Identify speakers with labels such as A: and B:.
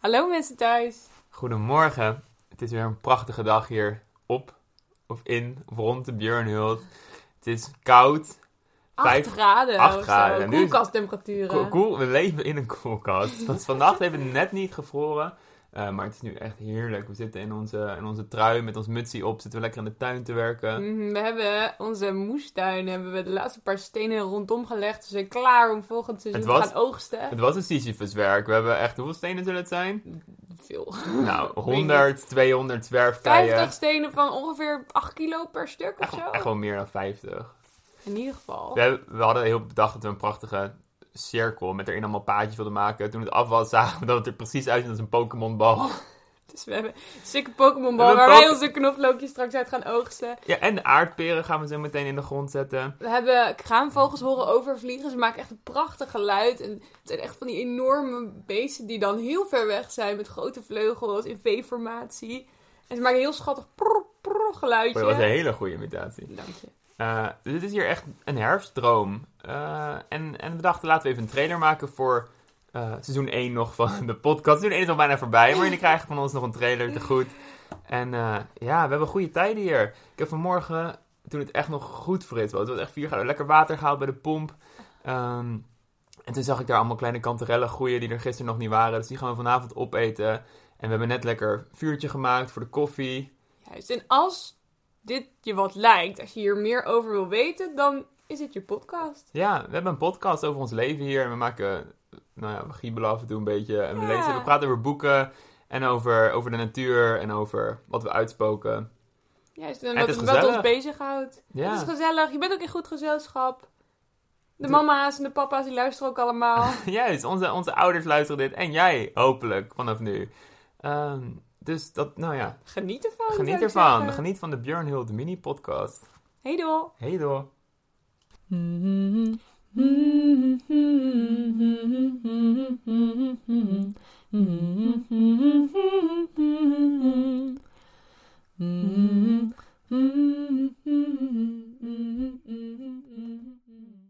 A: Hallo mensen thuis.
B: Goedemorgen. Het is weer een prachtige dag hier op of in of rond de Björnhult. Het is koud.
A: 8
B: Vijf-
A: graden.
B: acht
A: of zo.
B: graden. En nu is-
A: Koelkasttemperaturen.
B: Ko- Cool, we leven in een koelkast. Want vannacht heeft het net niet gevroren. eh, maar het is nu echt heerlijk. We zitten in onze, in onze trui met ons mutsie op. Zitten we lekker in de tuin te werken.
A: Mhm, We hebben onze moestuin hebben we de laatste paar stenen rondom gelegd. Ze zijn klaar om volgend seizoen
B: Het was-
A: te gaan oogsten.
B: Het was een Sisyphus werk. We hebben echt, hoeveel stenen zullen het zijn?
A: Veel.
B: Nou, 100, 200 zwerfkeien.
A: 50 stenen van ongeveer 8 kilo per stuk of
B: Echt,
A: zo.
B: echt wel meer dan 50.
A: In ieder geval.
B: We, hebben- we hadden heel bedacht dat we een prachtige cirkel met erin allemaal paadjes wilden maken. Toen het af was, zagen we dat het er precies uitziet als een Pokémonbal.
A: Dus we hebben een stukken Pokémonbal
B: We hebben
A: waar wij
B: Poké-
A: onze knoflookjes straks uit gaan oogsten.
B: Ja, en de aardperen gaan we zo meteen in de grond zetten.
A: We hebben kraanvogels horen overvliegen. Ze maken echt een prachtig geluid. En het zijn echt van die enorme beesten die dan heel ver weg zijn met grote vleugels in V-formatie. En ze maken een heel schattig prr, prr geluidje.
B: Dat was een hele goede imitatie.
A: Dank je.
B: Eh, dus dit is hier echt een herfstdroom. Eh, en, en we dachten, laten we even een trailer maken voor eh, seizoen 1 nog van de podcast. Seizoen 1 is al bijna voorbij, maar jullie krijgen van ons nog een trailer te goed. En eh, ja, we hebben goede tijden hier. Ik heb vanmorgen, toen het echt nog goed fris was, het was echt 4 graden, lekker water gehaald bij de pomp. Ehm, en toen zag ik daar allemaal kleine kanterellen groeien die er gisteren nog niet waren. Dus die gaan we vanavond opeten. En we hebben net lekker vuurtje gemaakt voor de koffie.
A: Juist. En als dit je wat lijkt, als je hier meer over wil weten, dan is dit je podcast.
B: Ja, we hebben een podcast over ons leven hier. En we maken, nou ja, we giebelen af en toe een beetje. En we,
A: Ja.
B: lezen, we praten over boeken en over, over de natuur en over wat we uitspoken.
A: Juist. En
B: Het
A: wat,
B: is
A: wat ons
B: gezellig.
A: bezighoudt.
B: Ja,
A: Het is gezellig. Je bent ook in goed gezelschap. De
B: Doe-
A: mama's en de papa's die luisteren ook allemaal.
B: juist. Onze, onze ouders luisteren dit. En jij, hopelijk, vanaf nu. Ehm, dus dat, nou ja,
A: Geniet ervan.
B: geniet
A: Oh, zou ik
B: ervan.
A: zeggen.
B: Geniet van de Björn Hult mini-podcast.
A: Hey doel.
B: Hey door.
A: Mm-hmm. Mm-hmm.